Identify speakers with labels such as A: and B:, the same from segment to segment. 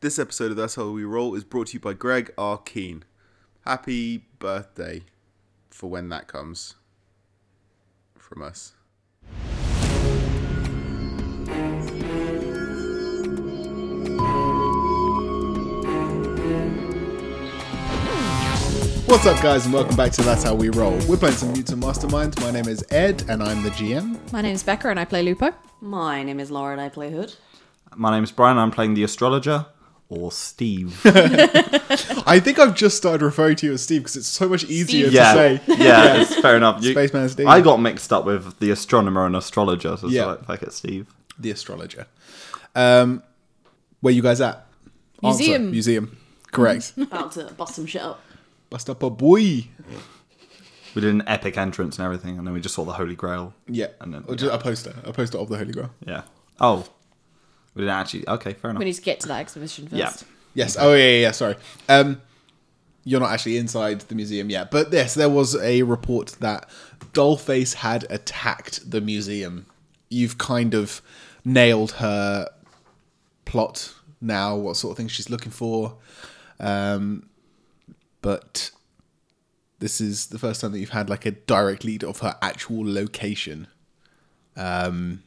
A: This episode of That's How We Roll is brought to you by Greg R. Keen. Happy birthday for when that comes from us.
B: What's up, guys, and welcome back to That's How We Roll. We're playing some Mutant Masterminds. My name is Ed, and I'm the GM.
C: My name's Becca and I play Lupo.
D: My name is Laura and I play Hood.
E: My name's Brian. I'm playing the astrologer, or Steve.
B: I think I've just started referring to you as Steve because it's so much easier
E: yeah,
B: to say.
E: yeah, it's fair enough. You-
B: Spaceman Steve.
E: I got mixed up with the astronomer and astrologer, so
B: Yeah.
E: yeah. it's like, fuck it, Steve.
B: The astrologer. Um, where you guys at? Answer.
C: Museum.
B: Museum. Correct.
D: About to bust some shit up.
B: Bust up a boy.
E: We did an epic entrance and everything, and then we just saw the Holy Grail.
B: Yeah.
E: And then-
B: or just a poster. A poster of the Holy Grail.
E: Yeah. Oh, we didn't actually. Okay, fair enough.
C: We need to get to that exhibition first.
E: yeah.
B: Yes. Oh yeah, yeah. yeah, Sorry. Um, you're not actually inside the museum yet, but yes, there was a report that Dollface had attacked the museum. You've kind of nailed her plot now. What sort of things she's looking for, um, but this is the first time that you've had like a direct lead of her actual location. Um,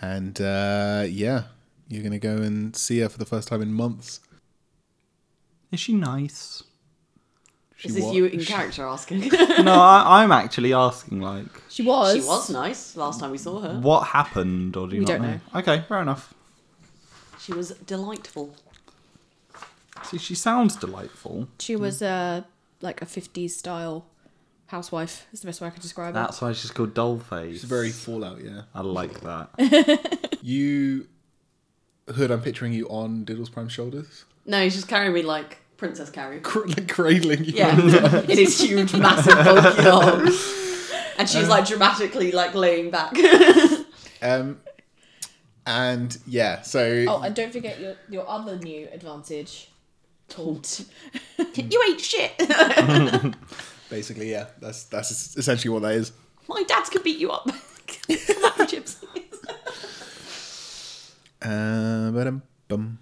B: and uh, yeah, you're gonna go and see her for the first time in months.
E: Is she nice?
D: is this
B: wa-
D: you in character asking?
E: no, I, I'm actually asking, like,
C: She was.
D: she was nice last time we saw her.
E: what happened, or do you
C: We
E: not
C: don't know.
E: Okay, fair enough.
D: She was delightful.
E: See, she sounds delightful.
C: She was uh, like a 50s style housewife, is the best way I can describe
E: That's why she's called Dollface.
B: It's very Fallout, yeah.
E: I like that.
B: You, Hood, I'm picturing you on Diddles Prime's shoulders,
D: No, she's carrying me like Princess Carrie.
B: Cr- like cradling you.
D: Yeah, it is huge, massive, bulky arms. And she's like dramatically like laying back.
B: Um, and yeah, so
C: it. Oh, and don't forget your, your other new advantage. Taunt.
D: you ain't shit.
B: basically, yeah, that's that's essentially what that is.
D: My dads could beat you up. Come on, gypsies.
B: Uh, ba-dum, bum.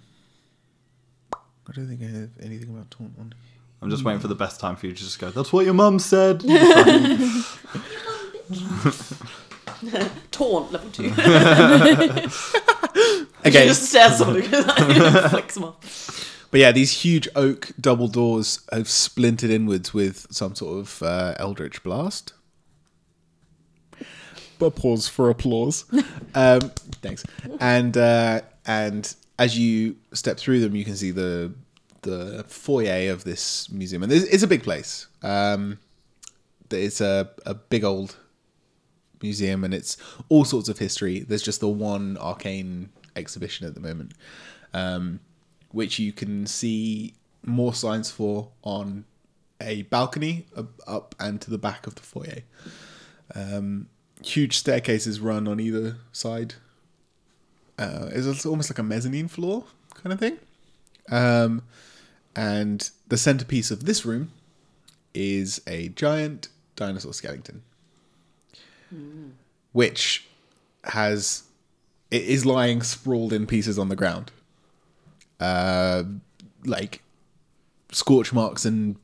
B: I don't think I have anything about taunt on.
E: I'm just waiting for
D: Hmm.
E: the best time for you to just go, that's what your mum said.
D: Taunt level two. She
B: Again,
D: just stares at me and flicks them off.
B: But yeah, these huge oak double doors have splintered inwards with some sort of uh, eldritch blast. But pause for applause. um, thanks. And uh, and as you step through them, you can see the the foyer of this museum, and it's it's a big place. Um, it's a a big old museum, and it's all sorts of history. There's just the one arcane exhibition at the moment which you can see more signs for on a balcony up, up and to the back of the foyer. Um, huge staircases run on either side. Uh, it's also almost like a mezzanine floor kind of thing. Um, and the centerpiece of this room is a giant dinosaur skeleton, which has it is lying sprawled in pieces on the ground like scorch marks and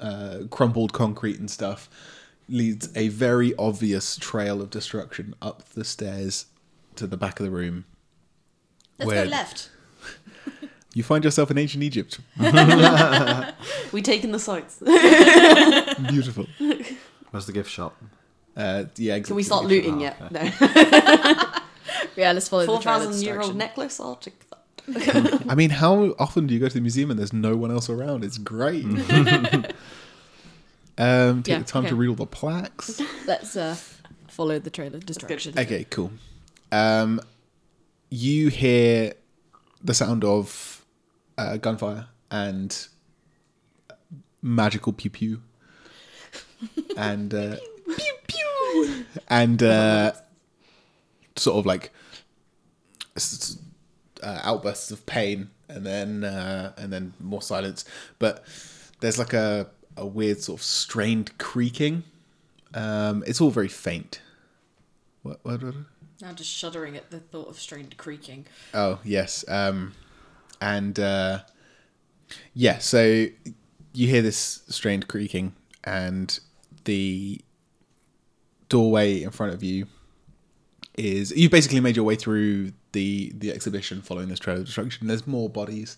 B: uh, crumpled concrete and stuff leads a very obvious trail of destruction up the stairs to the back of the room.
C: Let's
B: Where-
C: go left.
B: You find yourself in ancient Egypt.
D: We taken the sights.
B: Beautiful.
E: Where's the gift shop?
B: Uh, yeah.
D: Can we start
B: exactly.
D: looting yet? No.
C: Yeah, let's follow
D: Four
C: the trail of
D: thousand year old
C: destruction.
D: necklace. I'll take that.
B: I mean, how often do you go to the museum and there's no one else around? It's great. um, take
C: Yeah,
B: the time
C: okay.
B: to read all the plaques.
C: Let's uh, follow the trail of destruction.
B: Okay, cool. Um, you hear the sound of uh, gunfire and magical pew pew, and uh,
D: Pew pew.
B: and uh, sort of like s- s- uh, outbursts of pain, and then uh, and then more silence. But there's like a a weird sort of strained creaking. Um, it's all very faint. What? what, what?
C: Now just shuddering at the thought of strained creaking.
B: Oh yes. Um, and uh, yeah, so you hear this strained creaking, and the doorway in front of you is you've basically made your way through the the exhibition following this trail of destruction. There's more bodies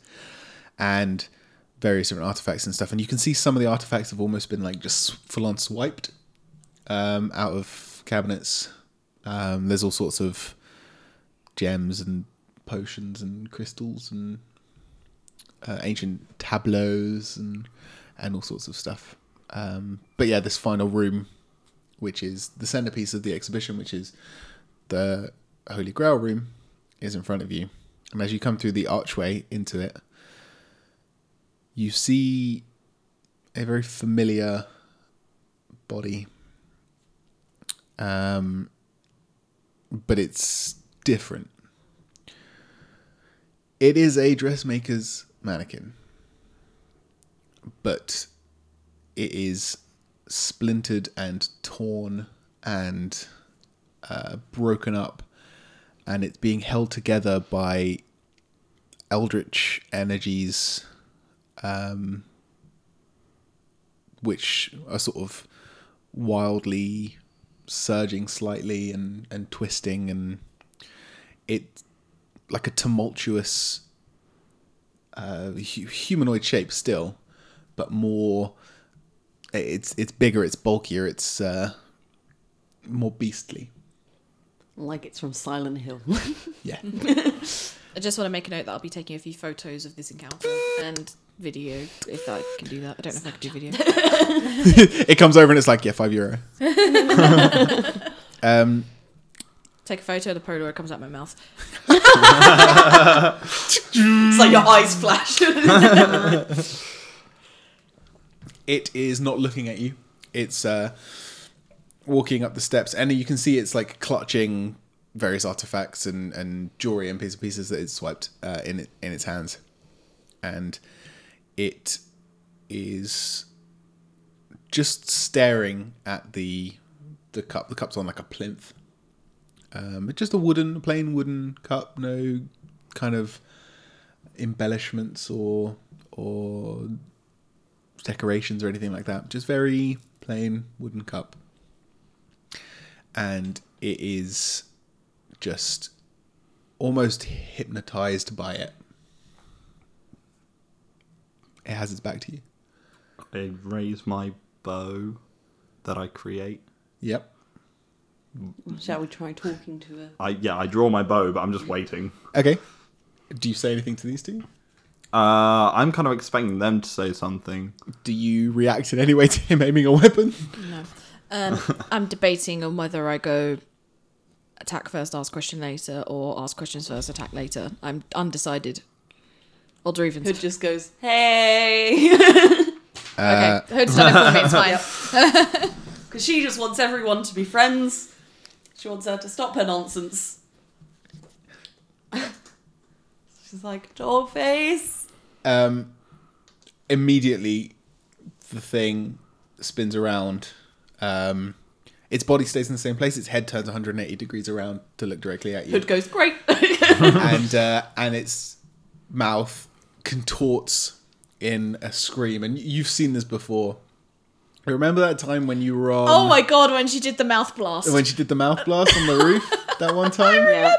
B: and various different artifacts and stuff, and you can see some of the artifacts have almost been like just full on swiped um, out of cabinets. Um, there's all sorts of gems and potions and crystals and uh, ancient tableaus and and all sorts of stuff. Um, but yeah, this final room, which is the centerpiece of the exhibition, which is the Holy Grail room, is in front of you. And as you come through the archway into it, you see a very familiar body. Um, but it's different. It is a dressmaker's mannequin, but it is splintered and torn and uh, broken up, and it's being held together by eldritch energies, um, which are sort of wildly surging slightly and, and twisting and it like a tumultuous uh, hu- humanoid shape still, but more. It's it's bigger, it's bulkier, it's uh, more beastly.
D: Like it's from Silent Hill.
B: Yeah,
C: I just want to make a note that I'll be taking a few photos of this encounter and video if I can do that. I don't know if I can do video.
B: it comes over and it's like yeah, five euro. um,
C: Take a photo, the Polaroid comes out my mouth.
D: it's like your eyes flash.
B: it is not looking at you. It's uh, walking up the steps, and you can see it's like clutching various artifacts and, and jewelry and bits and pieces that it's swiped uh, in it, in its hands, and it is just staring at the the cup. The cup's on like a plinth. Um, it's just a wooden, plain wooden cup, no kind of embellishments or or decorations or anything like that. Just very plain wooden cup. And it is just almost hypnotized by it. It has its back to you.
E: I raise my bow that I create.
B: Yep.
D: Shall we try talking to her?
E: I yeah, I draw my bow, but I'm just waiting.
B: Okay. Do you say anything to these two?
E: Uh, I'm kind of expecting them to say something.
B: Do you react in any way to him aiming a weapon?
C: No. Um, I'm debating on whether I go attack first, ask question later, or ask questions first, attack later. I'm undecided. Or even
D: Hood just goes, hey!
E: Uh,
C: okay, Hood's done it for me. It's fine.
D: Because she just wants everyone to be friends. She wants her to stop her nonsense. She's like, Dollface!
B: um, immediately the thing spins around. Um, its body stays in the same place. Its head turns 180 degrees around to look directly at you,
D: Hood goes, great!
B: and uh, and its mouth contorts in a scream. And you've seen this before. Remember that time when you were on
C: Oh my god, when she did the mouth blast.
B: when she did the mouth blast on the roof that one time?
D: I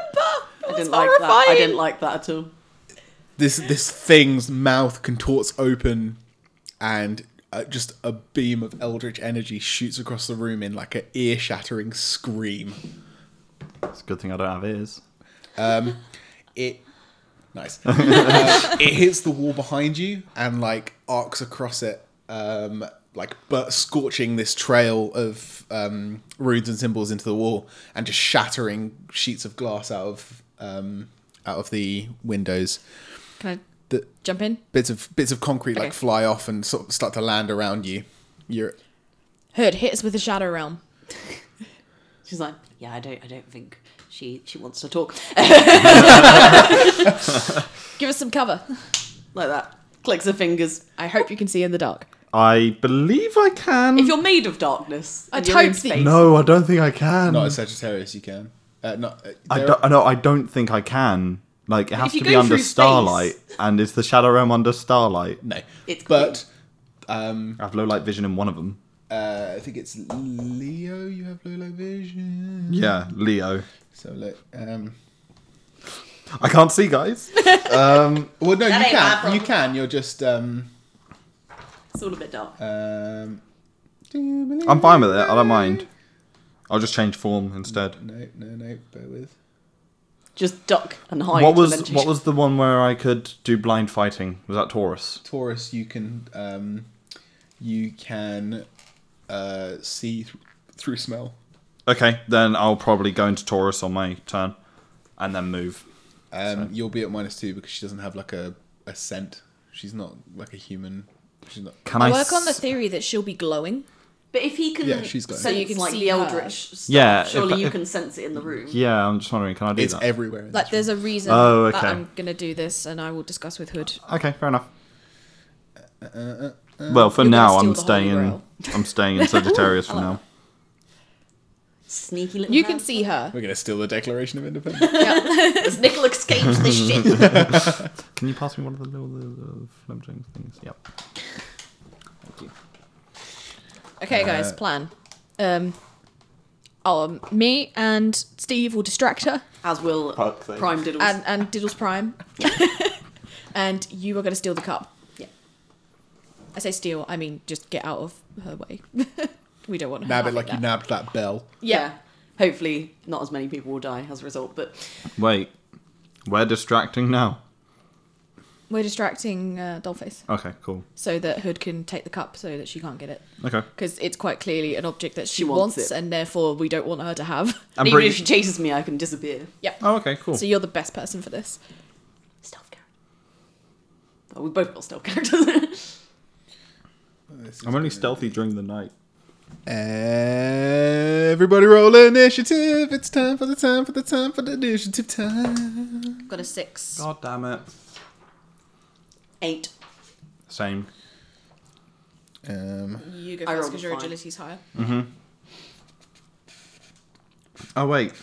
C: was
D: didn't like that. I
C: horrifying.
D: didn't like that at all.
B: this this thing's mouth contorts open, and uh, just a beam of eldritch energy shoots across the room in like an ear-shattering scream.
E: It's a good thing I don't have ears.
B: It nice. Uh, it hits the wall behind you and like arcs across it, um, like but scorching this trail of um, runes and symbols into the wall, and just shattering sheets of glass out of um, out of the windows.
C: Can I
B: The
C: jump in?
B: bits of bits of concrete like
C: Okay.
B: fly off and sort of start to land around you. You're
C: Hood hits with the Shadow Realm.
D: She's like, yeah, I don't, I don't think she, she wants to talk
C: Give us some cover.
D: like that. Clicks her fingers.
C: I hope you can see in the dark.
E: I believe I can.
D: If you're made of darkness,
C: I
D: and you're in
C: hope the-
D: space-
E: no, I don't think I can.
B: not a Sagittarius, you can. Uh, not, uh,
E: I
B: there-
E: don't. No, I don't think I can. Like it has
D: you
E: to be
D: go
E: under
D: through space-
E: starlight, and is the shadow realm under starlight?
B: No,
D: It's
B: but um,
E: I have low light vision in one of them.
B: uh, I think it's Leo. You have low light vision.
E: Yeah, Leo.
B: So look, um,
E: I can't see, guys.
B: well, no,
D: That
B: you
D: ain't my
B: can. You
D: problem.
B: can. You're just um,
D: It's all a bit dark.
B: um. Do you believe?
E: I'm fine with it. I don't mind. I'll just change form instead.
B: No, no, no. Bear with.
D: Just duck and hide.
E: What
D: and
E: was
D: then
E: what was the one where I could do blind fighting? Was that Taurus?
B: Taurus, you can um, you can uh, see th- through smell.
E: Okay, then I'll probably go into Taurus on my turn, and then move.
B: Um, you'll be at minus two because she doesn't have like a, a scent. She's not like a human. She's not.
E: Can
C: I
E: I
C: work on the
E: s-
C: theory that she'll be glowing.
D: But if he can,
B: Yeah, she's got it.
D: so you can like
C: see
D: the
C: her.
D: eldritch. Stuff,
E: Yeah, if-
D: surely you
E: if-
D: can sense it in the room.
E: Yeah, I'm just wondering. Can I do
B: It's
E: that?
B: everywhere. In
C: Like,
B: this
C: there's a reason
E: Oh,
C: that
E: okay.
C: I'm going to do this, and I will discuss with Hood.
E: okay, fair enough. Uh, well, for
C: You're gonna
E: now,
C: steal
E: I'm
C: the Holy
E: staying in.
C: Grail.
E: I'm staying in Sagittarius for now.
D: Sneaky little.
C: You can
D: man.
C: see her.
B: We're gonna steal the Declaration of Independence.
D: Does Nicholas Cage this shit?
E: Can you pass me one of the little the, the flimjing things? Yep. Thank you.
C: Okay, guys, plan. Um, um, me and Steve will distract her,
D: As will
E: Fuck, thanks.
D: Prime Diddles.
C: and and Diddles Prime, and you are going to steal the cup.
D: yeah.
C: I say steal, I mean just get out of her way. we don't want her.
B: Nab it
C: having
B: like you
C: that.
B: nabbed that bell.
C: Yeah.
D: Hopefully, not as many people will die as a result. But
E: Wait, we're distracting now.
C: We're distracting uh, Dollface
E: Okay, cool.
C: so that Hood can take the cup so that she can't get it.
E: Okay.
C: Because it's quite clearly an object that she,
D: She wants
C: wants,
D: it.
C: and therefore we don't want her to have.
E: I'm
D: even
E: pretty-
D: if she chases me, I can disappear.
C: yep.
E: Oh, okay, cool.
C: So you're the best person for this.
D: Stealth character. Oh, we both got stealth characters.
B: This is
E: I'm only
B: gonna-
E: stealthy during the night.
B: Everybody roll initiative. It's time for the time for the time for the initiative time.
C: Got a six.
E: God damn it.
D: Eight.
E: Same.
B: Um,
C: You go
D: I
C: first
D: rolled
C: because
D: a
C: your
D: five.
C: agility's higher.
E: Oh wait.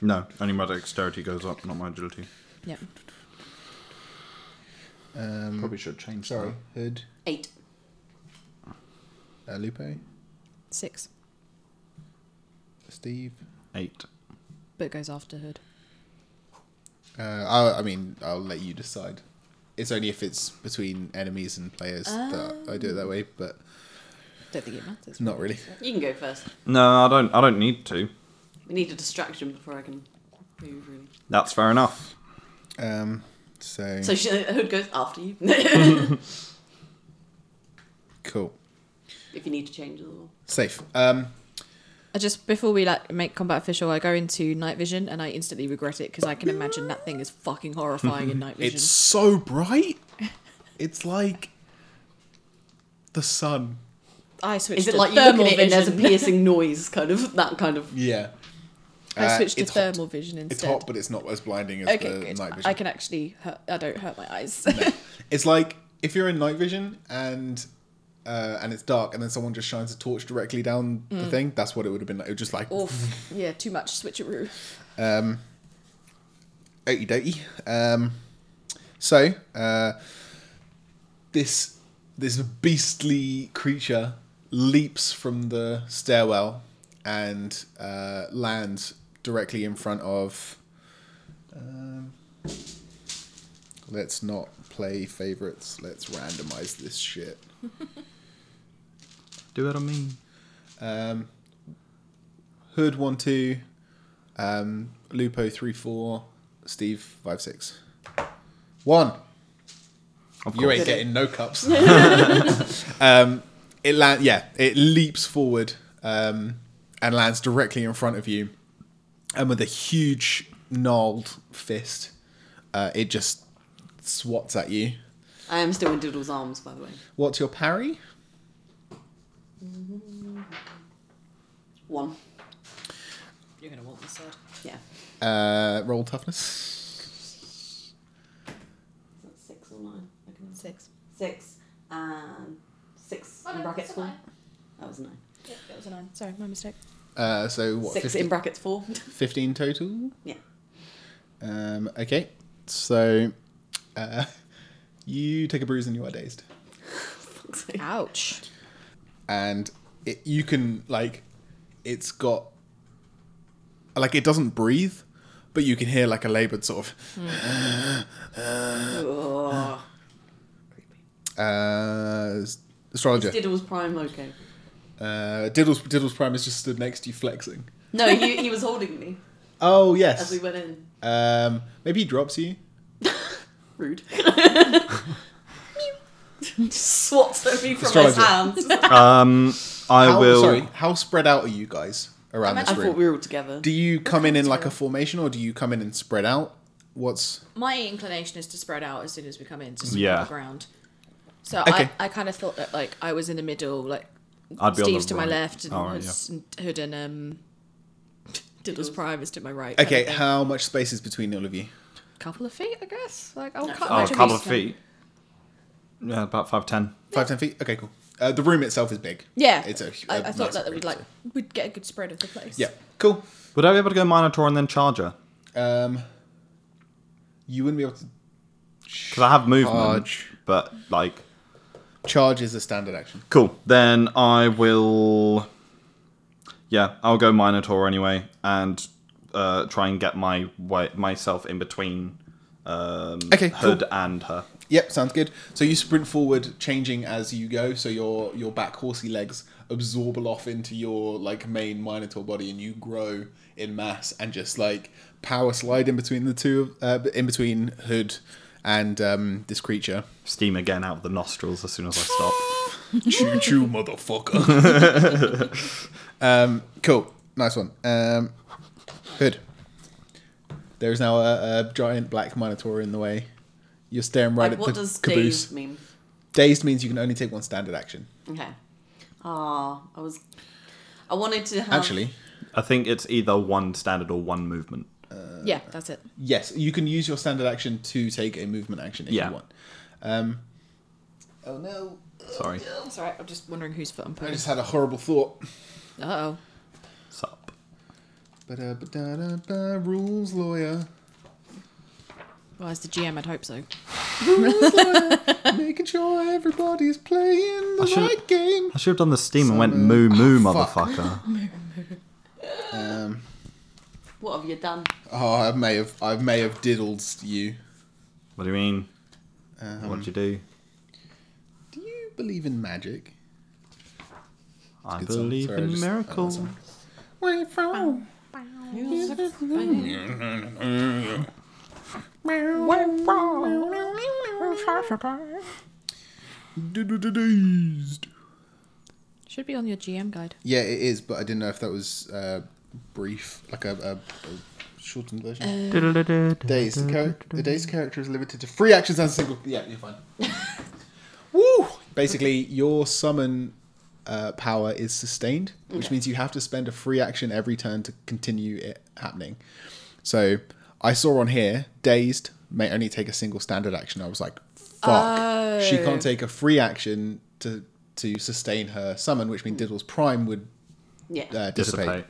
E: No, only my dexterity goes up, not my agility.
C: Yep.
B: um,
E: Probably should change.
B: sorry, Hood,
D: Eight.
B: uh, Lupe,
C: Six.
B: Steve.
E: that. Eight.
C: But it goes after Hood.
B: Uh, I, I mean, I'll let you decide. It's only if it's between enemies and players that I do it that way, but
C: Don't think it matters.
B: not really.
D: You can go first.
E: No, I don't. I don't need to.
D: We need a distraction before I can move. Really.
E: That's fair enough.
B: Um, so,
D: So she, Hood goes after you
B: cool,
D: if you need to change the law.
B: safe. Um,
C: I just before we like make combat official, I go into night vision and I instantly regret it because I can imagine that thing is fucking horrifying in night vision.
B: it's so bright. It's like the sun.
C: I switched.
D: Is it
C: to
D: like you look at
C: thermal
D: it and there's a
C: vision.
D: piercing noise, kind of that kind of?
B: Yeah. Uh,
C: I switched to
B: it's hot.
C: thermal vision instead.
B: It's hot, but it's not as blinding as
C: okay,
B: the
C: good.
B: night vision.
C: I can actually. Hurt, I don't hurt my eyes.
B: It's like if you're in night vision and uh, and it's dark, and then someone just shines a torch directly down
C: Mm.
B: the thing. That's what it would have been like. It was just like
C: Oof. Yeah, too much switcheroo.
B: Um, okie dokie. Um, so uh, this this beastly creature leaps from the stairwell and uh, lands directly in front of. Um, let's not play favorites. Let's randomize this shit.
E: Do it on me.
B: Um, Hood one two, um, Lupo three four, Steve five six. One.
E: Of
B: You ain't
E: course.
B: getting no cups. um, it land, yeah, it leaps forward um, and lands directly in front of you, and with a huge gnarled fist, uh, it just swats at you.
D: I am still in Diddle's arms, by the way.
B: What's your parry?
D: One.
C: You're gonna want this sword.
D: Yeah.
B: Uh, roll toughness.
D: That's six or nine. I can
C: Six.
D: Six and six in brackets four. That was nine.
C: That was a nine. Sorry, my mistake.
B: Uh, so what?
D: six
B: 15,
D: in brackets four.
B: 15 total.
D: yeah.
B: Um, okay, so uh, you take a bruise and you are dazed,
C: Ouch.
B: and it, you can like it's got like it doesn't breathe, but you can hear like a laboured sort of.
D: Ugh. Creepy.
B: Uh, s- astrologer
D: Diddle's prime okay.
B: uh, Diddles Diddles Prime is just stood next to you flexing.
D: No, he, he was holding me
B: Oh
D: as
B: yes.
D: we went in.
B: Um, maybe he drops you.
D: Rude. Just swats at me from his
B: Astrologer.
D: hands.
E: Um, I
B: How,
E: will.
B: Sorry, how spread out are you guys around
D: I
B: this room?
D: thought we were all together.
B: Do you come in in like a formation, or do you come in and spread out? What's
C: My inclination is to spread out as soon as we come in, just
E: Yeah.
C: on the ground. So
B: Okay.
C: I, I kind of thought that like I was in the middle, like
E: I'd be on the
C: Steve's to my
E: right.
C: left, and,
E: Oh, right,
C: Hoods- and Hood and um, Diddles Prime is to my right. kind
B: okay?
C: of thing.
B: How much space is between all of you?
C: couple of feet, I guess. Like I'll cut
E: Oh,
C: my
E: a couple of feet. Yeah, about five ten.
B: Five, ten feet. Okay, cool. Uh, the room itself is big.
C: Yeah,
B: it's a.
C: I-
B: a
C: I thought
B: nice
C: that, that
B: room,
C: we'd like
B: so-
C: we'd get a good spread of the place.
B: Yeah, cool.
E: Would I be able to go Minotaur and then Charger?
B: Um, you wouldn't be able to
E: Because I have movement,
B: Charge.
E: but like,
B: charge is a standard action.
E: cool. Then I will. Yeah, I'll go Minotaur anyway, and uh, try and get my way, myself in between um,
B: Okay,
E: Hood
B: cool.
E: and her.
B: Yep, sounds good. So you sprint forward, changing as you go. So your your back horsey legs absorb off into your like main minotaur body, and you grow in mass and just like power slide in between the two, uh, in between Hood and um, this creature.
E: Steam again out of the nostrils as soon as I stop.
B: Choo choo, motherfucker. um, cool, nice one. Um, Hood. There is now a, a giant black minotaur in the way. You're staring right
D: like,
B: at
D: what
B: the
D: does
B: caboose.
D: dazed mean?
B: Dazed means you can only take one standard action.
D: Okay. Ah, I was. I wanted to have.
B: Actually,
E: I think it's either one standard or one movement.
C: yeah, that's it.
B: yes, you can use your standard action to take a movement action if
E: Yeah.
B: you want. Um, oh no!
E: Sorry.
C: That's all right. I'm just wondering whose foot I'm
B: I
C: putting.
B: just had a horrible thought.
C: Uh oh.
E: Sup.
B: Ba-da-ba-da-da-da, rules lawyer,
C: Well, as the GM, I'd hope so.
B: making sure everybody's playing the
E: I should've-
B: right game.
E: I should have done the steam and went moo moo,
B: Ah,
E: motherfucker.
B: Um,
D: What have you done?
B: oh, I may have, I may have diddled you.
E: What do you mean?
B: Um,
E: What'd you do?
B: do you believe in magic?
E: I
B: good song.
E: believe
B: Sorry, I
E: in
B: just- oh, that's
E: miracles.
B: all Where you from? Dazed.
C: Should be on your GM guide.
B: Yeah, it is, but I didn't know if that was uh, brief, like a, a, a shortened version. Days. The, char- the day's character is limited to three actions and a single. Yeah, you're fine. Woo! Basically, your summon uh, power is sustained, which means you have to spend a free action every turn to continue it happening. So I saw on here, dazed may only take a single standard action. I was like, fuck. She can't take a free action to to sustain her summon, which means Diddle's prime would
D: Yeah.
B: uh, dissipate.
E: Dissipate.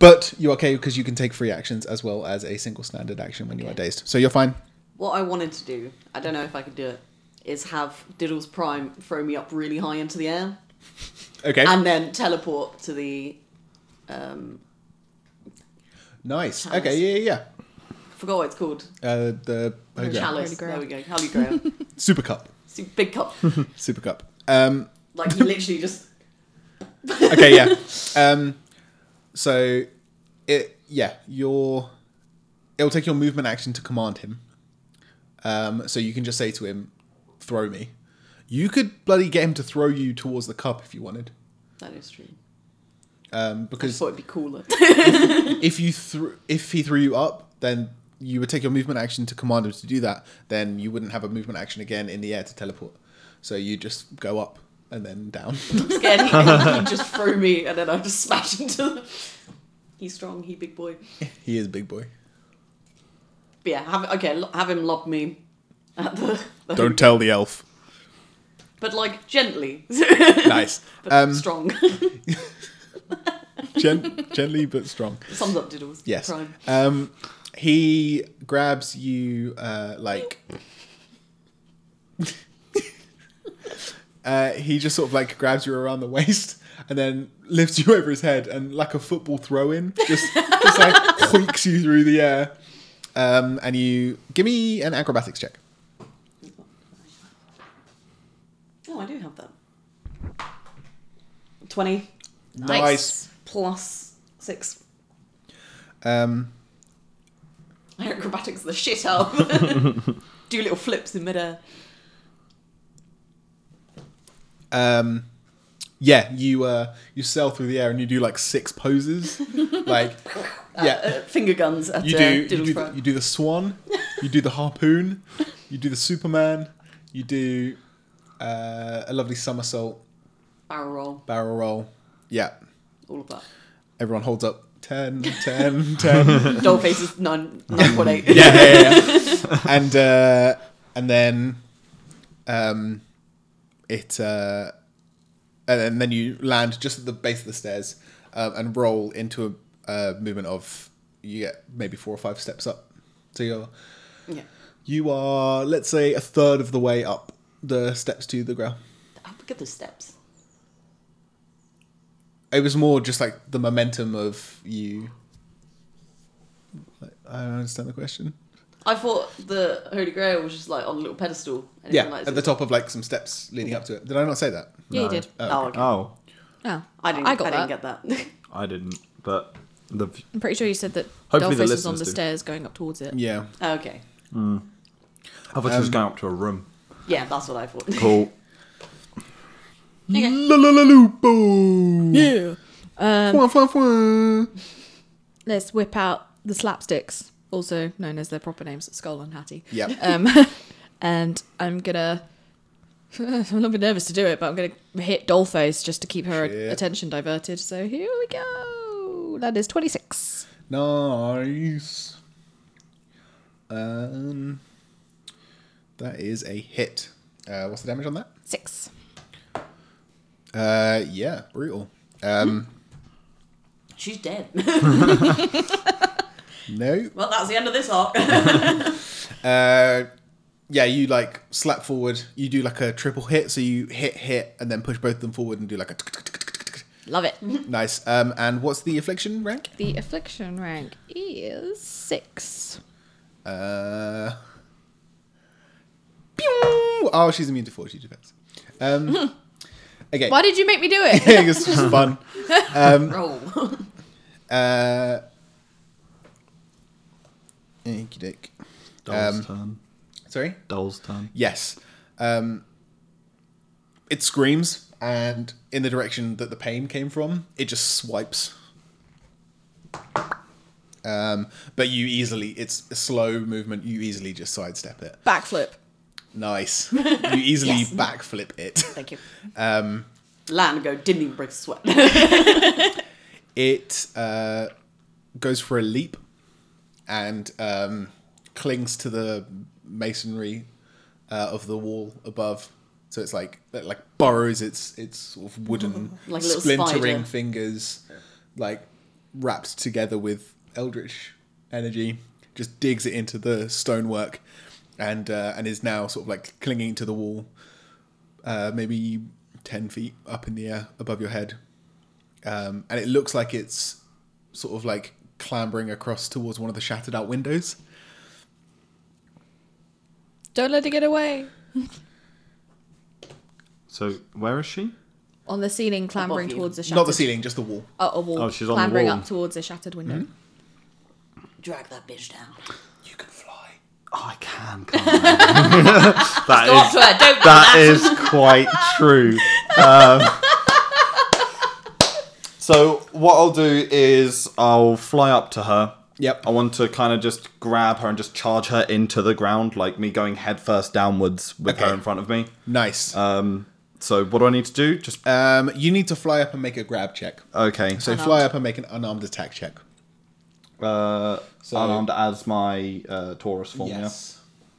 B: But you're okay because you can take free actions as well as a single standard action when you are dazed. So you're fine.
D: What I wanted to do, I don't know if I could do it, is have Diddle's prime throw me up really high into the air
B: Okay.
D: and then teleport to the.
B: nice.
D: Chalice.
B: Okay. Yeah. Yeah.
D: I forgot what it's called.
B: yeah. Uh, the oh, yeah.
D: Chalice.
C: Holy Grail.
D: There we go. Holy Grail.
B: super cup.
D: See, big cup.
B: Super cup. Um,
D: Like he literally just.
B: okay. Yeah. um, so it yeah your it'll take your movement action to command him. Um, so you can just say to him, "Throw me." You could bloody get him to throw you towards the cup if you wanted,
D: That is true.
B: um,
D: I just
B: because
D: thought it'd be cooler.
B: if you threw if he threw you up, then you would take your movement action to command him to do that. Then you wouldn't have a movement action again in the air to teleport. So you just go up and then down.
D: scared he, he just threw me and then I just smashed into the... He's strong, he big boy.
B: he is big boy.
D: But yeah, have, okay, lo- have him lob me at the...
B: Don't tell the elf.
D: But like, gently.
B: Nice, Um,
D: but strong.
B: Gen- gently but strong.
D: Sums up Diddles.
B: Yes.
D: Prime.
B: Um, He grabs you uh, like. uh, he just sort of like grabs you around the waist and then lifts you over his head and like a football throw in, just just like hoinks you through the air. Um, and you give me an acrobatics check.
D: Oh, I do have that. 20
B: Nice.
D: plus 6.
B: Um,
D: Acrobatics the shit out. do little flips in midair.
B: um, yeah, you uh, you sail through the air and you do like six poses, like yeah.
D: Uh, finger guns at
B: You
D: uh,
B: do you
D: Diddle's
B: do,
D: Fry.
B: the, you do the swan, you do the harpoon, you do the Superman, you do uh, a lovely somersault,
D: Barrel roll.
B: barrel roll. Yeah,
D: All of that.
B: everyone holds up 10, 10, 10.
D: Dollface is 9, 9.8.
B: yeah, yeah, yeah. and uh, and then um, it uh, and then- then you land just at the base of the stairs um, and roll into a, a movement of you get maybe four or five steps up. So you're
D: yeah.
B: you are let's say a third of the way up the steps to the ground.
D: I'll forget the steps.
B: It was more just like the momentum of you. I don't understand the question.
D: I thought the Holy Grail was just like on a little pedestal. and
B: Yeah,
D: everyone, like,
B: at the top of like some steps leading up to it. Did I not say that?
C: Yeah,
E: No.
C: you did.
B: Uh,
D: Oh, okay.
E: Oh,
C: Oh,
D: I didn't.
C: I
D: I,
C: got that.
D: didn't get that.
E: I didn't. But the v-
C: I'm pretty sure you said that
E: Hopefully the
C: Dollface was on
E: listeners
C: the
E: do.
C: stairs going up towards it.
B: Yeah.
D: okay.
E: I thought she
B: Um,
E: was going up to a room.
D: Yeah, that's what I thought.
E: Cool.
B: La la la loopo.
C: Yeah.
B: Fwa, fwa, fwa.
C: Let's whip out the slapsticks, also known as their proper names, Skull and Hattie.
B: Yeah.
C: Um, and I'm gonna. I'm a little bit nervous to do it, but I'm gonna hit Dollface just to keep her
B: Shit.
C: attention diverted. So here we go. That is 26.
B: nice. Um, that is a hit. Uh, what's the damage on that?
C: Six.
B: Uh, yeah, brutal. Um,
D: She's dead.
B: no.
D: well, that's the end of this arc.
B: Uh, yeah, you like slap forward. You do like a triple hit, so you hit, hit, and then push both of them forward and do like a. tick, tick, tick, tick, tick, tick.
C: Love it.
B: Nice. Um, and what's the affliction rank?
C: The affliction rank is six.
B: Uh, pew! Oh, she's immune to fortitude defense. Um, okay.
C: Why did you make me do it?
B: it's just fun.
D: Roll.
B: Uh, Inky dick.
E: Doll's
B: Um,
E: turn.
B: Sorry?
E: Doll's turn.
B: Yes. Um, it screams, and in the direction that the pain came from, it just swipes. Um, but you easily, it's a slow movement, you easily just sidestep it.
C: Backflip.
B: Nice. You easily
D: Yes.
B: backflip it.
D: Thank you. Um, Land and go. Didn't even break a sweat.
B: it uh, goes for a leap and um, clings to the masonry uh, of the wall above. So it's like it like burrows its its sort of wooden
D: Like a little
B: splintering
D: spider.
B: fingers, like wrapped together with eldritch energy, just digs it into the stonework, and uh, and is now sort of like clinging to the wall, uh, maybe ten feet up in the air above your head um, and it looks like it's sort of like clambering across towards one of the shattered out windows.
C: Don't let it get away.
E: So where is she?
C: On the ceiling, clambering
D: you.
C: towards the shattered.
B: Not the ceiling, just the wall.
C: Uh, a wall.
E: Oh, she's on the
C: clambering
E: wall.
C: up towards a shattered window.
B: Hmm?
D: Drag that bitch down.
B: You can fly.
E: Oh, I can. Can't I?
D: Go
E: that
D: up
E: is
D: to her. Don't. do
E: that is quite true. Um, so what I'll do is I'll fly up to her.
B: Yep.
E: I want to kind of just grab her and just charge her into the ground, like me going headfirst downwards with her
B: Okay.
E: in front of me.
B: Nice.
E: Um, so what do I need to do? Just
B: um, you need to fly up and make a grab check.
E: okay.
B: So fly up and make an unarmed attack check.
E: uh,
B: So-
E: unarmed as my uh, Taurus form.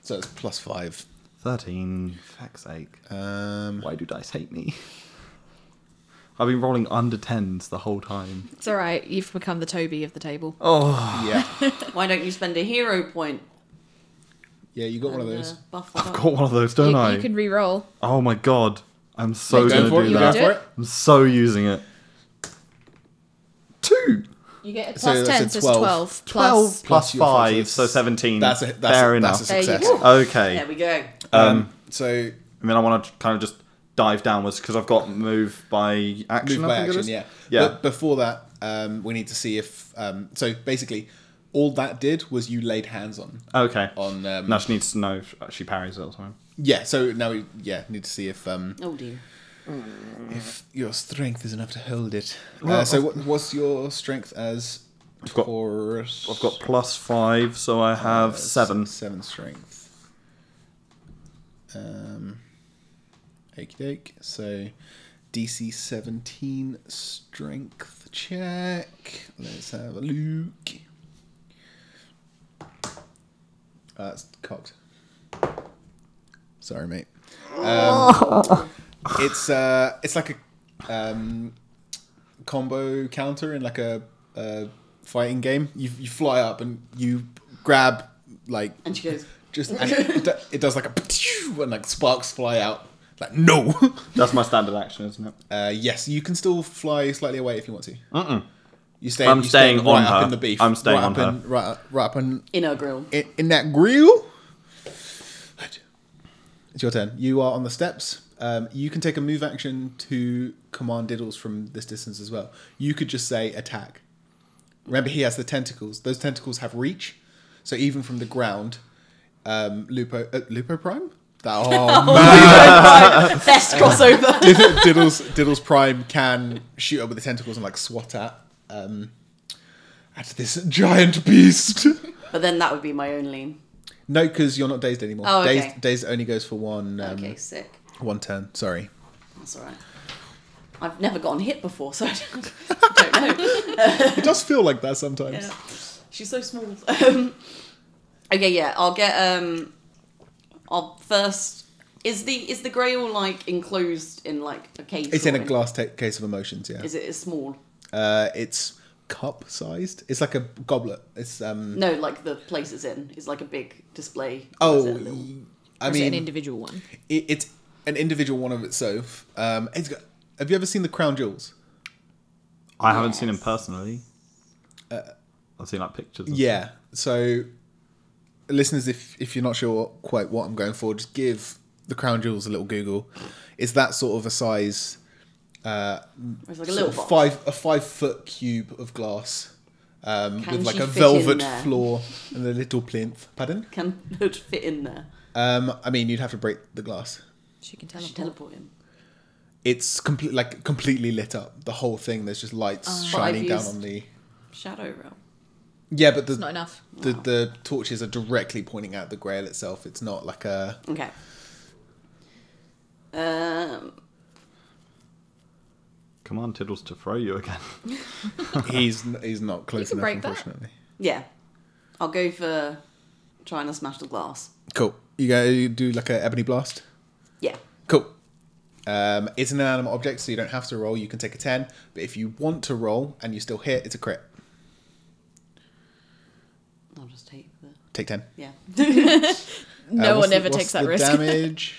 B: So it's plus five.
E: Yeah? Thirteen. Fuck's sake.
B: Um,
E: Why do dice hate me? I've been rolling under tens the whole time.
C: It's all right. You've become the Toby of the table.
B: Oh, Yeah.
D: Why don't you spend a hero point?
B: Yeah, you got one of
D: and, uh,
B: those.
D: buff that
E: I've
D: up?
E: got one of those, don't
C: you,
E: I?
C: you can re-roll.
E: Oh my god, I'm so
C: Go
E: gonna
B: Go for it.
E: do
B: You
E: that.
B: go
C: Do
B: for
C: it.
B: it.
E: I'm so using it. Two.
C: You get a
B: So
C: plus
B: that's
C: ten,
B: a
C: so it's
B: 12.
C: twelve.
E: Plus,
C: Plus,
E: plus
B: plus your
E: five,
B: forces.
E: so seventeen.
B: That's a, that's
E: Mm. Fair
B: a,
E: enough.
B: That's
C: There
B: a
C: you
B: success.
C: go.
E: okay.
D: There we go.
B: So
E: I mean, I want to kind of just dive downwards because I've got move by action.
B: move by
E: I think it
B: action,
E: is.
B: yeah.
E: Yeah.
B: But before that, um, we need to see if. Um, so basically, all that did was you laid hands on.
E: okay.
B: On um,
E: No, she needs to know if she parries it or something.
B: yeah. So now we yeah need to see if um,
D: Oh dear.
B: if your strength is enough to hold it.
E: Well,
B: uh, so what, what's your strength as?
E: I've got-
B: Taurus?
E: I've got plus five, so I have seven.
B: Seven strength. Um, okie doke. So DC 17 strength check. Let's have a look. Uh, that's cocked. Sorry, mate. Um, it's uh, it's like a um, combo counter in like a, a fighting game. You you fly up and you grab like
D: And she goes,
B: just and it, do- it does like a and like sparks fly out. Like no.
E: That's my standard action, isn't it?
B: Uh, yes, you can still fly slightly away if you want to. Mm-mm. You stay.
E: I'm
B: you stay
E: staying
B: right
E: on
B: up
E: her.
B: in the beef.
E: I'm staying
B: right
E: on
B: up
E: her.
B: In, right, right up in,
D: in her grill.
B: in in that grill. It's your turn. You are on the steps. Um, you can take a move action to command Diddles from this distance as well. You could just say attack. Remember, he has the tentacles. Those tentacles have reach, so even from the ground, um, Lupo uh, Lupo Prime. That, oh
D: Best crossover.
B: Did- Diddles Diddles Prime can shoot up with the tentacles and like swat at um, at this giant beast.
D: but then that would be my only.
B: No, because you're not dazed anymore.
D: Oh, okay.
B: Dazed dazed only goes for one um,
D: Okay, sick.
B: one turn. Sorry.
D: That's all right. I've never gotten hit before, so I don't, I don't know.
B: It does feel like that sometimes.
D: Yeah. She's so small. Um, okay, yeah, I'll get um, I'll first. Is the is the grail like enclosed in like a case?
B: It's
D: or
B: in a glass ta case of emotions. Yeah.
D: Is it is small?
B: Uh, it's cup sized. It's like a goblet. It's um.
D: No, like the place it's in is like a big display. or is
B: Oh,
D: it a little-
B: I
C: Is it an
B: mean,
C: individual one?
B: it, it's an individual one of itself. Um, it's got, have you ever seen the crown jewels?
E: I haven't seen him
D: Yes.
E: personally. Uh, I've seen like pictures. and-
B: Yeah. So, listeners, if if you're not sure quite what I'm going for, just give the crown jewels a little Google. It's that sort of a size,
D: It's like a
B: sort
D: little
B: of
D: box.
B: five a five foot cube of glass, um,
D: Can
B: with like
D: she
B: a
D: fit in
B: velvet
D: there?
B: floor and a little plinth. Pardon?
D: Can it fit in there?
B: Um, I mean, you'd have to break the glass.
C: She can
D: I
C: teleport.
D: should teleport him.
B: It's complete like completely lit up. The whole thing. There's just lights
D: Oh, But I've
B: shining down
D: used-
B: on the.
D: Shadow realm.
B: Yeah, but the
C: It's not enough.
B: the
D: Oh.
B: the torches are directly pointing at the grail itself. It's not like a
D: Okay. Um,
E: Come on, Tiddles, to throw you again.
B: he's he's not close
C: can
B: enough.
C: break that.
B: unfortunately.
D: yeah, I'll go for trying to smash the glass.
B: Cool. You go you do like a ebony blast.
D: Yeah.
B: Cool. Um, it's an inanimate object, so you don't have to roll. You can take a ten, but if you want to roll and you still hit, it's a crit.
D: I'll just take the.
B: Take ten.
D: Yeah.
B: Uh,
C: No
B: what's
C: one
B: the-
C: ever
B: what's
C: takes that
B: the
C: risk.
B: Damage.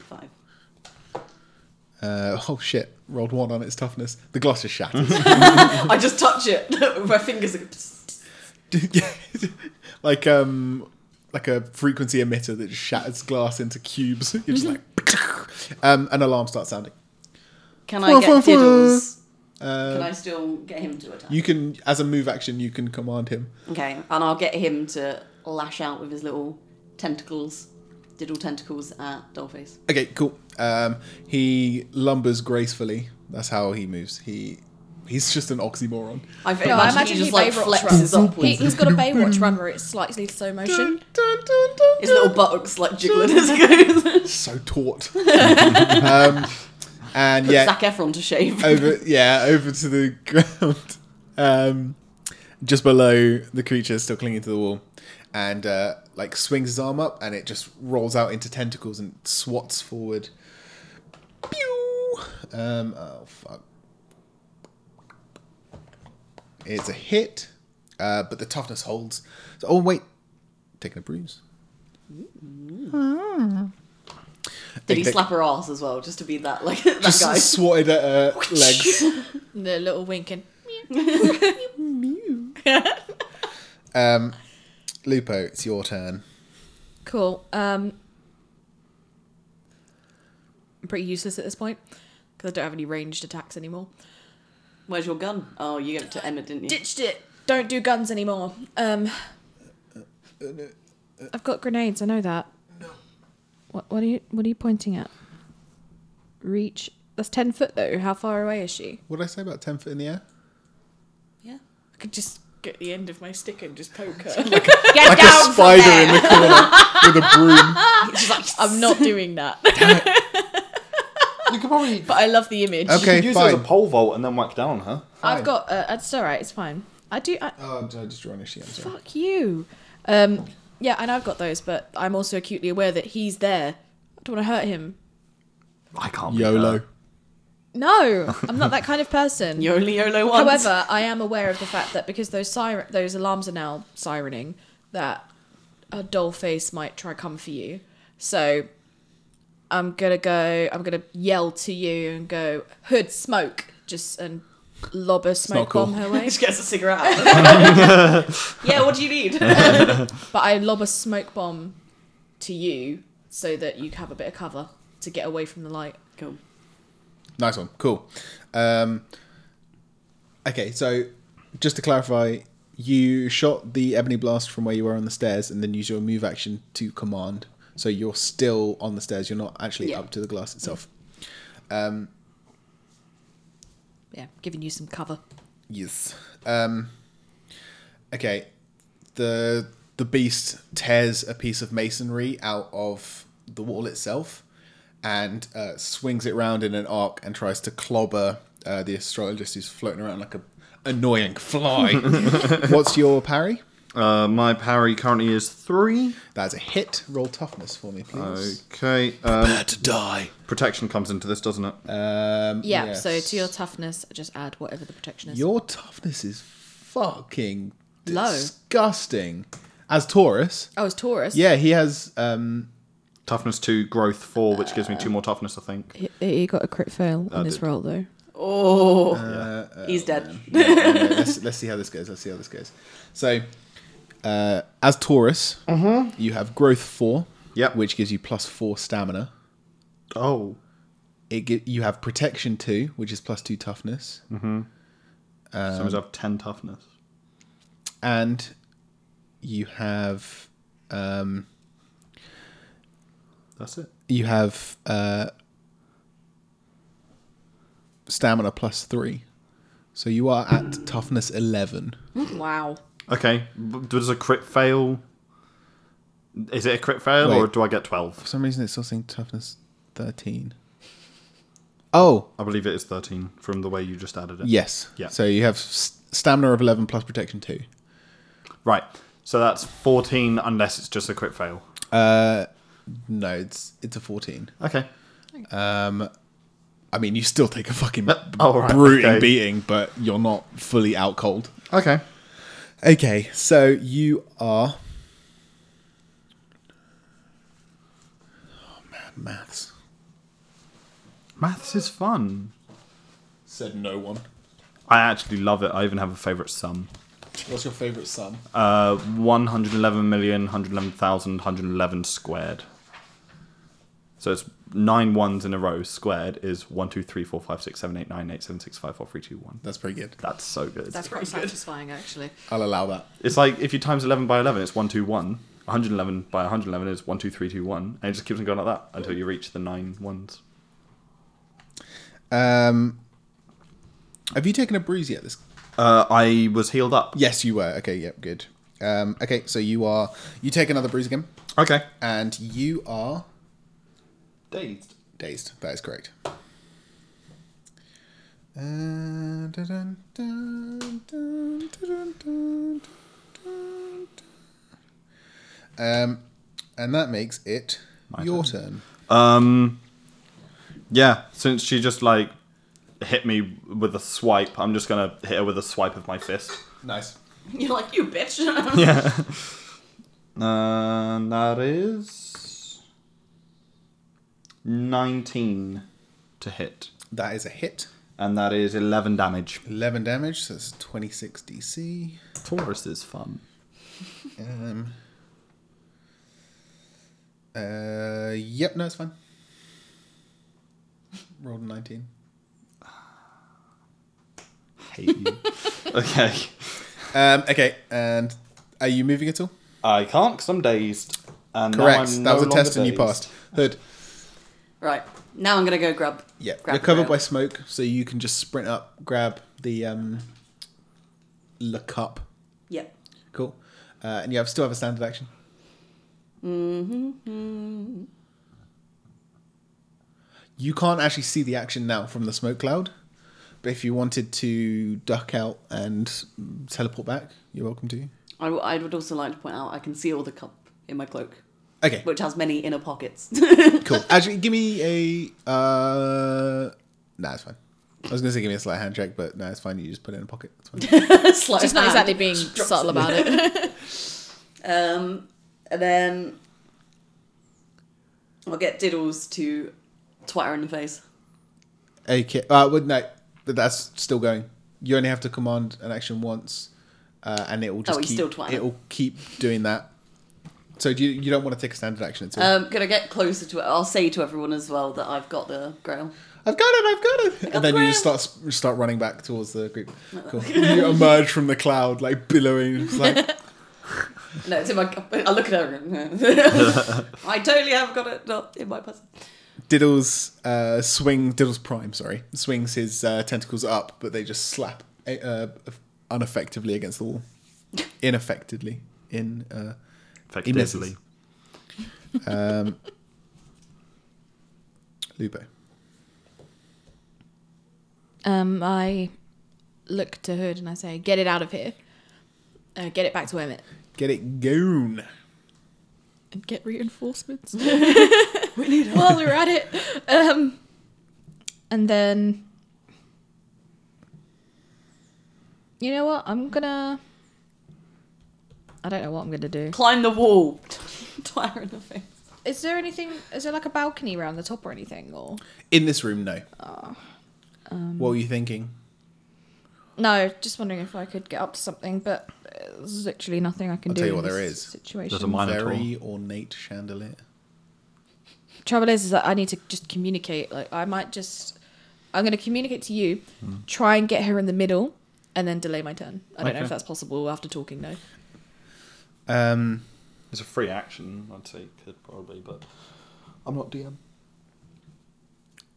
D: Five. Five.
B: Uh, oh shit! Rolled one on its toughness. The gloss is shattered.
D: I just touch it. My fingers are.
B: like um, like a frequency emitter that just shatters glass into cubes. You're just like, um, an alarm starts sounding.
D: Can
B: Four,
D: I
B: four,
D: get
B: four.
D: Diddles? Can I still get him to attack?
B: Uh, You can, as a move action, you can command him.
D: Okay, and I'll get him to lash out with his little tentacles, diddle tentacles at Dollface.
B: Okay, cool. Um, he lumbers gracefully. That's how he moves. He he's just an oxymoron.
D: I imagine,
C: No, I imagine
D: he
C: he
D: just like
C: Baywatch runs.
D: flexes
C: He,
D: upwards.
C: he's got a Baywatch run where it's slightly slow motion.
D: His little buttocks like jiggling as he goes.
B: So taut. um, and yeah, Uh,
D: Zac Efron to shave.
B: over yeah over to the ground, um, just below the creature still clinging to the wall, and uh, like swings his arm up and it just rolls out into tentacles and swats forward. Pew! Um, oh fuck! It's a hit, uh, but the toughness holds. So, oh wait, taking a bruise.
D: Did he
B: Okay.
D: slap her ass as well, just to be that like that
B: Just
D: guy?
B: swatted at her legs.
C: The little winking.
B: Um, Lupo, it's your turn.
C: Cool. Um, I'm pretty useless at this point because I don't have any ranged attacks anymore.
D: Where's your gun? Oh, you gave it to Emma, didn't you?
C: Ditched it. Don't do guns anymore. Um, I've got grenades. I know that. What, what are you? What are you pointing at? Reach. That's ten foot though. How far away is she?
B: What did I say about ten foot in the air?
D: yeah.
C: I could just
F: Get the end of my stick and just poke her.
C: get
B: Like
C: down
B: a spider
C: from there.
B: in the corner with a broom.
C: I'm not doing that.
E: You could probably
F: but I love the image.
B: Okay.
E: you could use it as a
B: fine.
E: pole vault and then whack down on her.
C: I've got. Uh, it's all right. It's fine. I do. I,
B: Oh, did I just draw an issue? I'm sorry.
C: Fuck you. Um, yeah, and I've got those, but I'm also acutely aware that he's there. I don't want to hurt him.
E: I can't. beat
B: YOLO.
E: her.
C: No, I'm not that kind of person.
D: You only YOLO once.
C: However, I am aware of the fact that because those siren, those alarms are now sirening, that a doll face might try come for you. So I'm gonna go. I'm gonna yell to you and go hood smoke, just and lob a smoke
B: cool.
C: bomb her way.
D: just gets a cigarette. out. yeah. What do you need?
C: But I lob a smoke bomb to you so that you have a bit of cover to get away from the light.
D: cool.
B: Nice one. Cool. Um, okay, so just to clarify, you shot the ebony blast from where you were on the stairs and then use your move action to command. So you're still on the stairs. You're not actually
D: Yeah.
B: up to the glass itself.
C: Yeah, giving you some cover.
B: Yes. Um, okay. The the beast tears a piece of masonry out of the wall itself, and uh, swings it round in an arc and tries to clobber uh, the astrologist who's floating around like a annoying fly. What's your parry?
E: Uh, my parry currently is three.
B: That's a hit. Roll toughness for me,
E: Oh.
B: please.
E: Okay. Um,
B: to die.
E: protection comes into this, doesn't it?
B: Um,
C: Yeah,
B: yes.
C: so to your toughness, just add whatever the protection is.
B: your toughness is fucking
C: Low.
B: disgusting. As Taurus,
C: oh, it's Taurus.
B: yeah, he has um,
E: toughness two, growth four, which gives me two more toughness, I think.
C: He, he got a crit fail on his
E: did.
C: roll, though.
D: Oh, he's dead.
B: Uh, Okay, let's, let's see how this goes. Let's see how this goes. So, uh, as Taurus, you have growth four,
E: Yep.
B: which gives you plus four stamina.
E: Oh.
B: It gi- you have protection two, which is plus two toughness, Um,
E: so I have ten toughness.
B: and you have um,
E: That's it.
B: you have uh, stamina plus three. So you are at toughness eleven.
C: Wow.
E: Okay. b- Does a crit fail? Is it a crit fail or
B: Wait.
E: do I get twelve?
B: For some reason, it's still saying toughness thirteen. Oh,
E: I believe it is thirteen from the way you just added it.
B: Yes.
E: Yeah.
B: So you have s- stamina of 11 plus protection 2.
E: Right. So that's fourteen, unless it's just a crit fail.
B: No, it's it's a 14.
E: Okay.
B: I mean, you still take a fucking
E: Uh, all right,
B: brutal
E: okay.
B: beating, but you're not fully out cold.
E: Okay.
B: Okay, so you are. Oh, man, maths.
E: Maths is fun.
B: Said no one.
E: I actually love it. I even have a favorite sum.
B: What's your favourite sum?
E: Uh, 111 million, 111,000, 111 squared. So it's nine ones in a row. Squared is 1, 2, 3, 4, 5, 6, 7, 8, 9, 8, 7, 6, 5, 4, 3, 2, 1.
B: That's pretty good.
E: That's so good.
C: That's quite satisfying, actually.
B: I'll allow that.
E: It's like if you times 11 by 11, it's 1, 2, 1. 111 by 111 is 1, 2, 3, 2, 1. And it just keeps on going like that until you reach the nine ones.
B: Um, have you taken a bruise yet this
E: Uh, I was healed up.
B: Yes, you were. Okay, yep, good. Um, okay, so you are. You take another bruise again,
E: Okay.
B: and you are
E: Dazed.
B: dazed. That is correct. Uh, dun-dun, dun, dun, dun-dun, dun, dun, dun. Um, and that makes it your turn.
E: Um, Yeah, since she just like hit me with a swipe, I'm just gonna hit her with a swipe of my fist.
B: Nice.
D: You're like, you bitch.
E: Yeah. And that is 19 to hit.
B: That is a hit.
E: And that is 11 damage.
B: 11 damage, so that's 26 DC.
E: Taurus is fun.
B: Um, uh, yep, no, it's fine. Rolled a 19.
E: Hate you. okay.
B: Um, okay, and are you moving at all?
E: I can't because I'm dazed. And now
B: Correct.
E: I'm
B: that was
E: no
B: a test and
E: longer
B: you
E: dazed.
B: passed. Hood.
D: right. Now I'm going to go grab.
B: Yeah.
D: grab
B: You're covered
D: the
B: by
D: rail.
B: smoke, so you can just sprint up, grab the um, Le Cup.
D: Yep.
B: Cool. Uh, and you have, still have a standard action.
D: Mm-hmm.
B: You can't actually see the action now from the smoke cloud, but if you wanted to duck out and teleport back, you're welcome to.
D: I, w- I would also like to point out I can see all the cup in my cloak,
B: Okay,
D: which has many inner pockets.
B: cool. Actually, give me a. Uh, nah, it's fine. I was gonna say give me a slight hand check, but no, it's fine. You just put it in a pocket. It's fine.
D: Sleight
C: Just
D: of
C: not
D: hand.
C: exactly being subtle about it.
D: Um, and then I'll get Diddles to twat her in the face.
B: Okay. Uh, well, no, but that's still going. You only have to command an action once, uh, and it will just
D: he's
B: keep
D: still twatting.
B: it will keep doing that. So do you, you don't want to take a standard action at all.
D: Um, could I get closer to it? I'll say to everyone as well that I've got the grail.
B: I've got it! I've got it! And then you just start start running back towards the group. Cool. you emerge from the cloud like billowing. It's like
D: No, it's in my. cup. I look at her. and- I totally have got it not in my person.
B: Diddles uh, swing Diddles Prime. Sorry, swings his uh, tentacles up, but they just slap uh, unaffectively against the wall. Ineffectively. In uh, he misses.
E: Effectively.
B: Um, Lupo.
C: Um, I look to Hood and I say, "Get it out of here. Uh, get it back to Emmett.
B: Get it goon.
C: and get reinforcements. we need while we're at it. Um, and then, you know what? I'm gonna. I don't know what I'm gonna do.
D: Climb the wall. twat her in the face.
C: Is there anything? Is there like a balcony around the top or anything? Or
B: In this room, no. what were you thinking?
C: no? Just wondering if I could get up to something, but there's literally nothing I can
B: I'll
C: do.
B: tell you
C: in
B: what there
C: this
B: is.
C: Situation.
E: There's a mine- Minotaur.
B: Very ornate chandelier.
C: trouble is is that I need to just communicate. Like I might just I'm gonna communicate to you,
B: Hmm.
C: try and get her in the middle, and then delay my turn. I don't know
E: Okay.
C: if that's possible after talking though.
B: Um,
E: It's a free action, I'd say, could probably, but I'm not DM.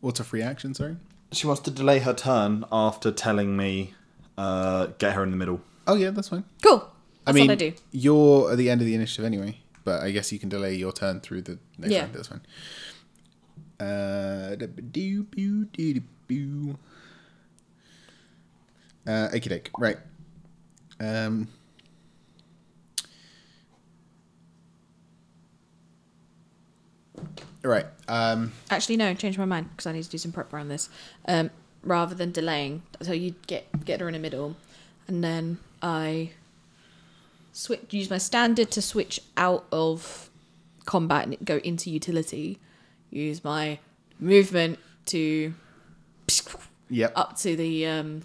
B: what's a free action? Sorry.
E: She wants to delay her turn after telling me, uh, get her in the middle.
B: Oh yeah, that's fine.
C: Cool. That's
B: I mean,
C: what I do.
B: you're at the end of the initiative anyway, but I guess you can delay your turn through the next
C: Yeah.
B: round. That's fine. Uh, doo boo doo doo boo. Uh, okie doke. Right. Um. Right. Um.
C: Actually no, change my mind because I need to do some prep around this. Um, rather than delaying, so you get get her in the middle, and then I switch use my standard to switch out of combat and go into utility. Use my movement to
B: Yep.
C: up to the um,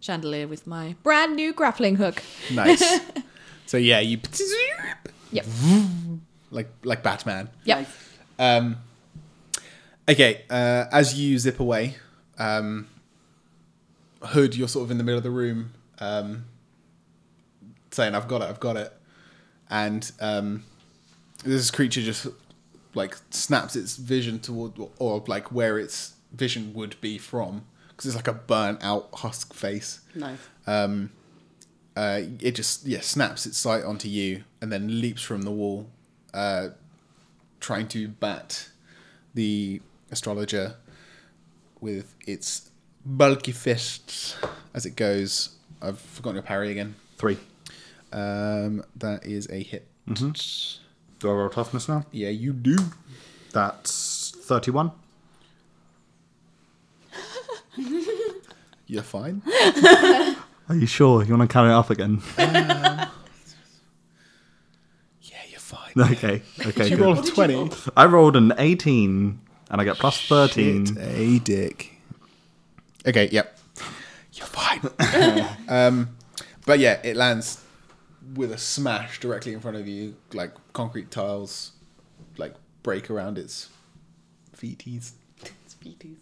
C: chandelier with my brand new grappling hook.
B: Nice. so yeah, you
C: Yep.
B: like like Batman.
C: Yep.
D: Nice.
B: Um, okay, uh, as you zip away, um, Hood, you're sort of in the middle of the room, um, saying, "I've got it, I've got it," and um, this creature just like snaps its vision toward or like where its vision would be from because it's like a burnt out husk face
D: Nice.
B: uh, it just yeah snaps its sight onto you and then leaps from the wall, uh, trying to bat the astrologer with its bulky fists as it goes. I've forgotten your parry again.
E: Three.
B: Um, that is a hit.
E: Mm-hmm. Do I roll toughness now?
B: Yeah, you do.
E: That's 31.
B: You're fine.
E: Are you sure? You want to carry it up again?
B: Yeah, you're fine.
E: okay. Okay.
B: You
E: good.
B: rolled a 20.
E: I rolled an 18 and I get plus 13.
B: Shit, Eh. a dick. Okay, yep. You're fine. um, but yeah, it lands with a smash directly in front of you. Like concrete tiles, like break around its feeties.
D: Speedies.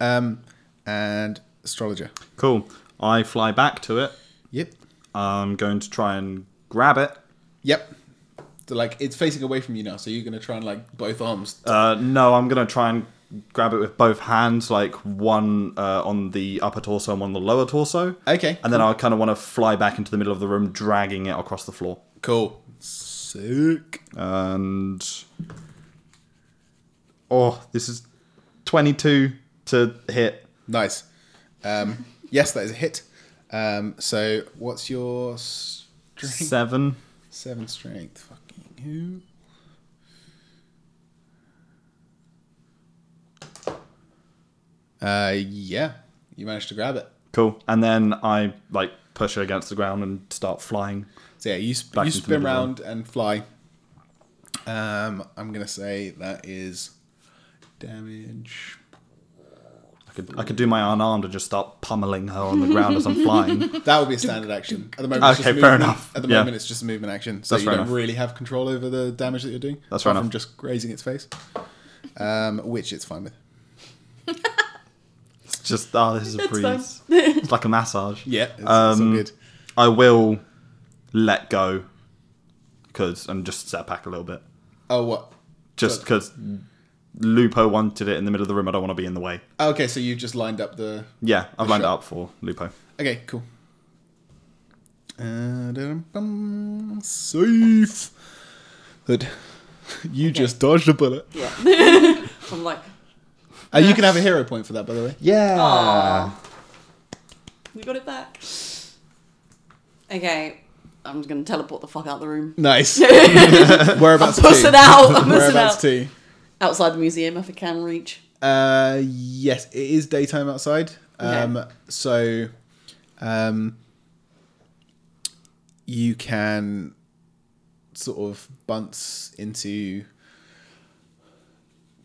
B: Um, and astrologer.
E: Cool. I fly back to it.
B: Yep.
E: I'm going to try and grab it.
B: Yep. So like it's facing away from you now, so you're gonna try and like both arms.
E: Uh, no, I'm going to try and grab it with both hands, like one uh, on the upper torso and one on the lower torso.
B: Okay.
E: And then I kind of want to fly back into the middle of the room, dragging it across the floor.
B: Cool. Sick.
E: And. Oh, this is 22 to hit.
B: Nice. Um, yes, that is a hit. Um, so what's your strength?
E: Seven.
B: Seven strength. Fucking who? Uh, yeah, you managed to grab it.
E: Cool. And then I like push it against the ground and start flying.
B: So yeah, you, sp-
E: Back
B: you
E: into the
B: spin
E: middle.
B: round and fly. Um, I'm gonna say that is damage.
E: I could I could do my unarmed and just start pummeling her on the ground as I'm flying.
B: That would be a standard action. At the moment, it's
E: Okay,
B: just
E: fair
B: movement-
E: enough.
B: At the
E: Yeah.
B: moment, it's just a movement action, so
E: That's
B: you
E: fair
B: don't
E: enough.
B: really have control over the damage that you're doing. apart
E: That's fair
B: From
E: enough.
B: just grazing its face, um, which it's fine with.
E: It's just oh, this is a breeze. It's like a massage.
B: Yeah, it's, it's all
E: Um,
B: good.
E: I will let go because and just step back a little bit.
B: Oh, what?
E: Just
B: Good.
E: because Lupo wanted it in the middle of the room, I don't want to be in the way.
B: Okay, so you just lined up the.
E: Yeah, I've
B: For
E: lined it
B: sure.
E: up for Lupo.
B: Okay, cool. Uh, dum-dum, Uh, safe. Good. You just dodged a bullet.
D: Yeah. I'm like,
B: Uh, you can have a hero point for that, by the way.
E: Yeah.
D: ah. We got it back. Okay. I'm just gonna teleport the fuck out the room.
B: Nice.
D: I'm
B: Whereabouts
D: pussing
B: to?
D: out. I'm pussing
B: Whereabouts
D: out.
B: to?
D: Outside the museum, if I can reach.
B: Uh, yes, it is daytime outside. Um,
D: Okay.
B: so, um, you can sort of bounce into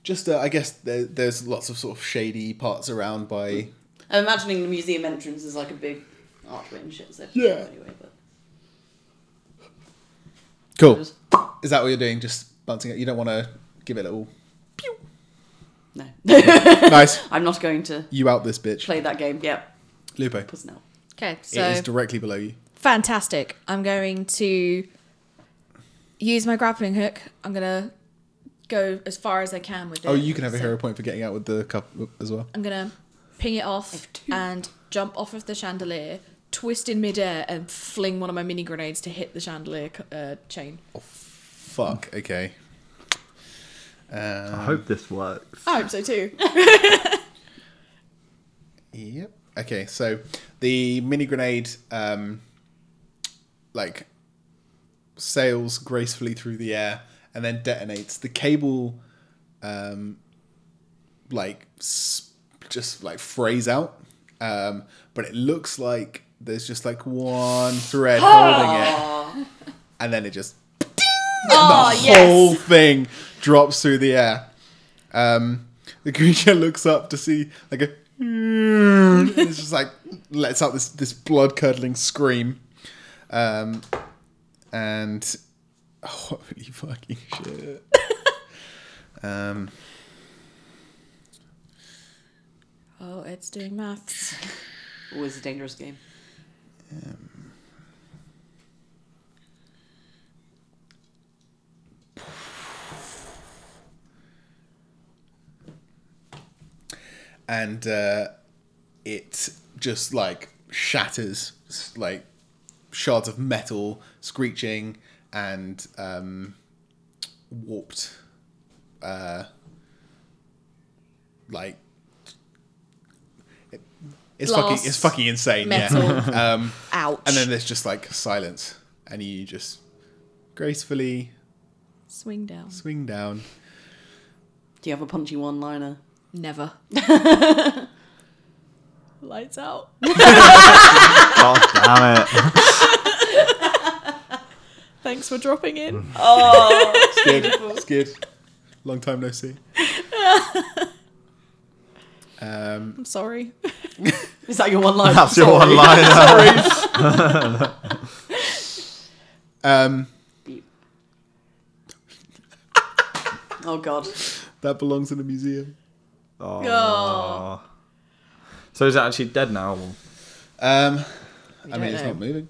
B: just, uh, I guess there, there's lots of sort of shady parts around by.
D: I'm imagining the museum entrance is like a big archway and shit. So
B: Yeah.
D: Anyway, but
B: Cool. Is that what you're doing? Just bouncing it? You don't want to give it a little.
D: no,
B: nice.
D: I'm not going to
B: You out this bitch.
D: play that game. Yep.
B: Lupo.
D: Puss now.
C: Okay,
B: It
C: so
B: is directly below you.
C: fantastic. I'm going to use my grappling hook. I'm gonna go as far as I can with it.
B: Oh, you can have a
C: So
B: hero point for getting out with the cup as well.
C: I'm gonna ping it off and jump off of the chandelier, twist in midair, and fling one of my mini grenades to hit the chandelier c- uh, chain.
B: Fuck. Okay. Um,
E: I hope this works.
C: Oh,
F: I hope so too.
B: Yep. Okay, so the mini grenade, um, like, sails gracefully through the air and then detonates. The cable, um, like, s- just like frays out, um, but it looks like there's just like one thread holding it, and then it just
D: Oh,
B: the whole thing drops through the air. Um, the creature looks up to see like a. and It's just like lets out this this blood curdling scream, um, and holy fucking shit. um,
C: Oh, it's doing maths.
D: Always Oh, a dangerous game.
B: and uh, it just like shatters s- like shards of metal screeching and um, warped uh, like it- it's
C: Glass,
B: fucking it's fucking insane
C: Metal.
B: yeah Um,
C: Ouch.
B: and then there's just like silence and you just gracefully
C: Swing down.
B: swing down
D: Do you have a punchy one liner?
C: Never.
F: Lights out.
E: God damn it.
F: Thanks for dropping in.
D: Oh,
B: It's good. It's good. Long time no see. Um,
F: I'm sorry.
D: is that your one line?
E: That's your one line.
B: um,
D: Oh god.
B: that belongs in a museum.
C: Oh.
E: Aw. So is it actually dead now? or-
B: Um,
C: We
B: I
C: don't
B: mean, it's
C: know.
B: not moving.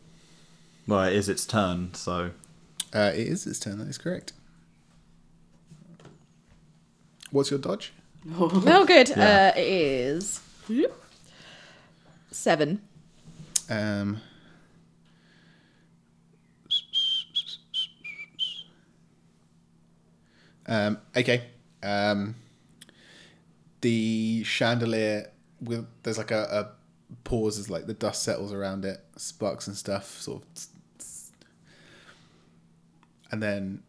E: Well, it is its turn, so.
B: Uh, it is its turn. That is correct. What's your dodge?
C: Oh, good.
E: Yeah.
C: Uh, it is seven.
B: Um, um, okay. Um, the chandelier with there's like a, a pause as like the dust settles around it, sparks and stuff, sort of, and then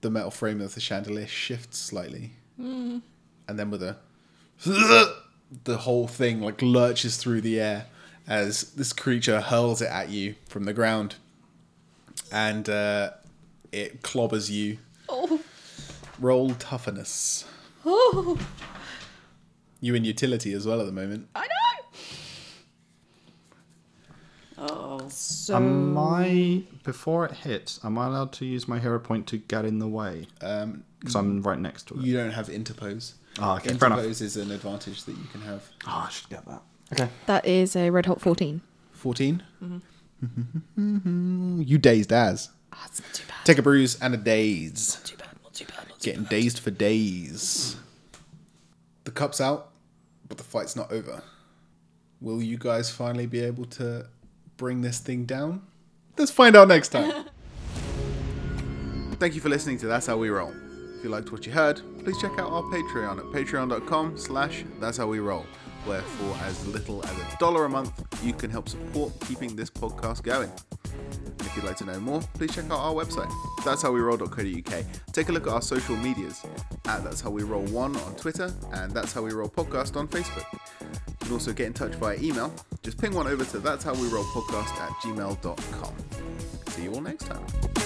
B: the metal frame of the chandelier shifts slightly, and then with a the whole thing like lurches through the air as this creature hurls it at you from the ground and uh, it clobbers you
C: Oh.
B: roll toughness
C: oh,
B: you in utility as well at the moment
C: I know.
D: Oh.
C: So
E: Am I. Before it hits, am I allowed to use my hero point to get in the way?
B: um,
E: Because I'm right next to it.
B: you don't have interpose
E: Ah, okay, fair enough.
B: interpose is an advantage that you can have
E: Oh, I should get that. Okay.
C: that is a red hot fourteen.
B: 14 you dazed as
C: Ah, it's not too bad.
B: take a bruise and a daze
C: Too bad. Not too bad. Not too
B: getting dazed for days. The cup's out, but the fight's not over. Will you guys finally be able to bring this thing down? Let's find out next time.
A: Thank you for listening to That's How We Roll. If you liked what you heard, please check out our Patreon at patreon.com slash that's how we roll, where for as little as a dollar a month, you can help support keeping this podcast going. And if you'd like to know more, please check out our website, that's how we roll.co.uk. Take a look at our social medias at that's how we roll one on Twitter and that's how we roll podcast on Facebook. You can also get in touch via email. Just ping one over to that's how we roll podcast at gmail.com. See you all next time.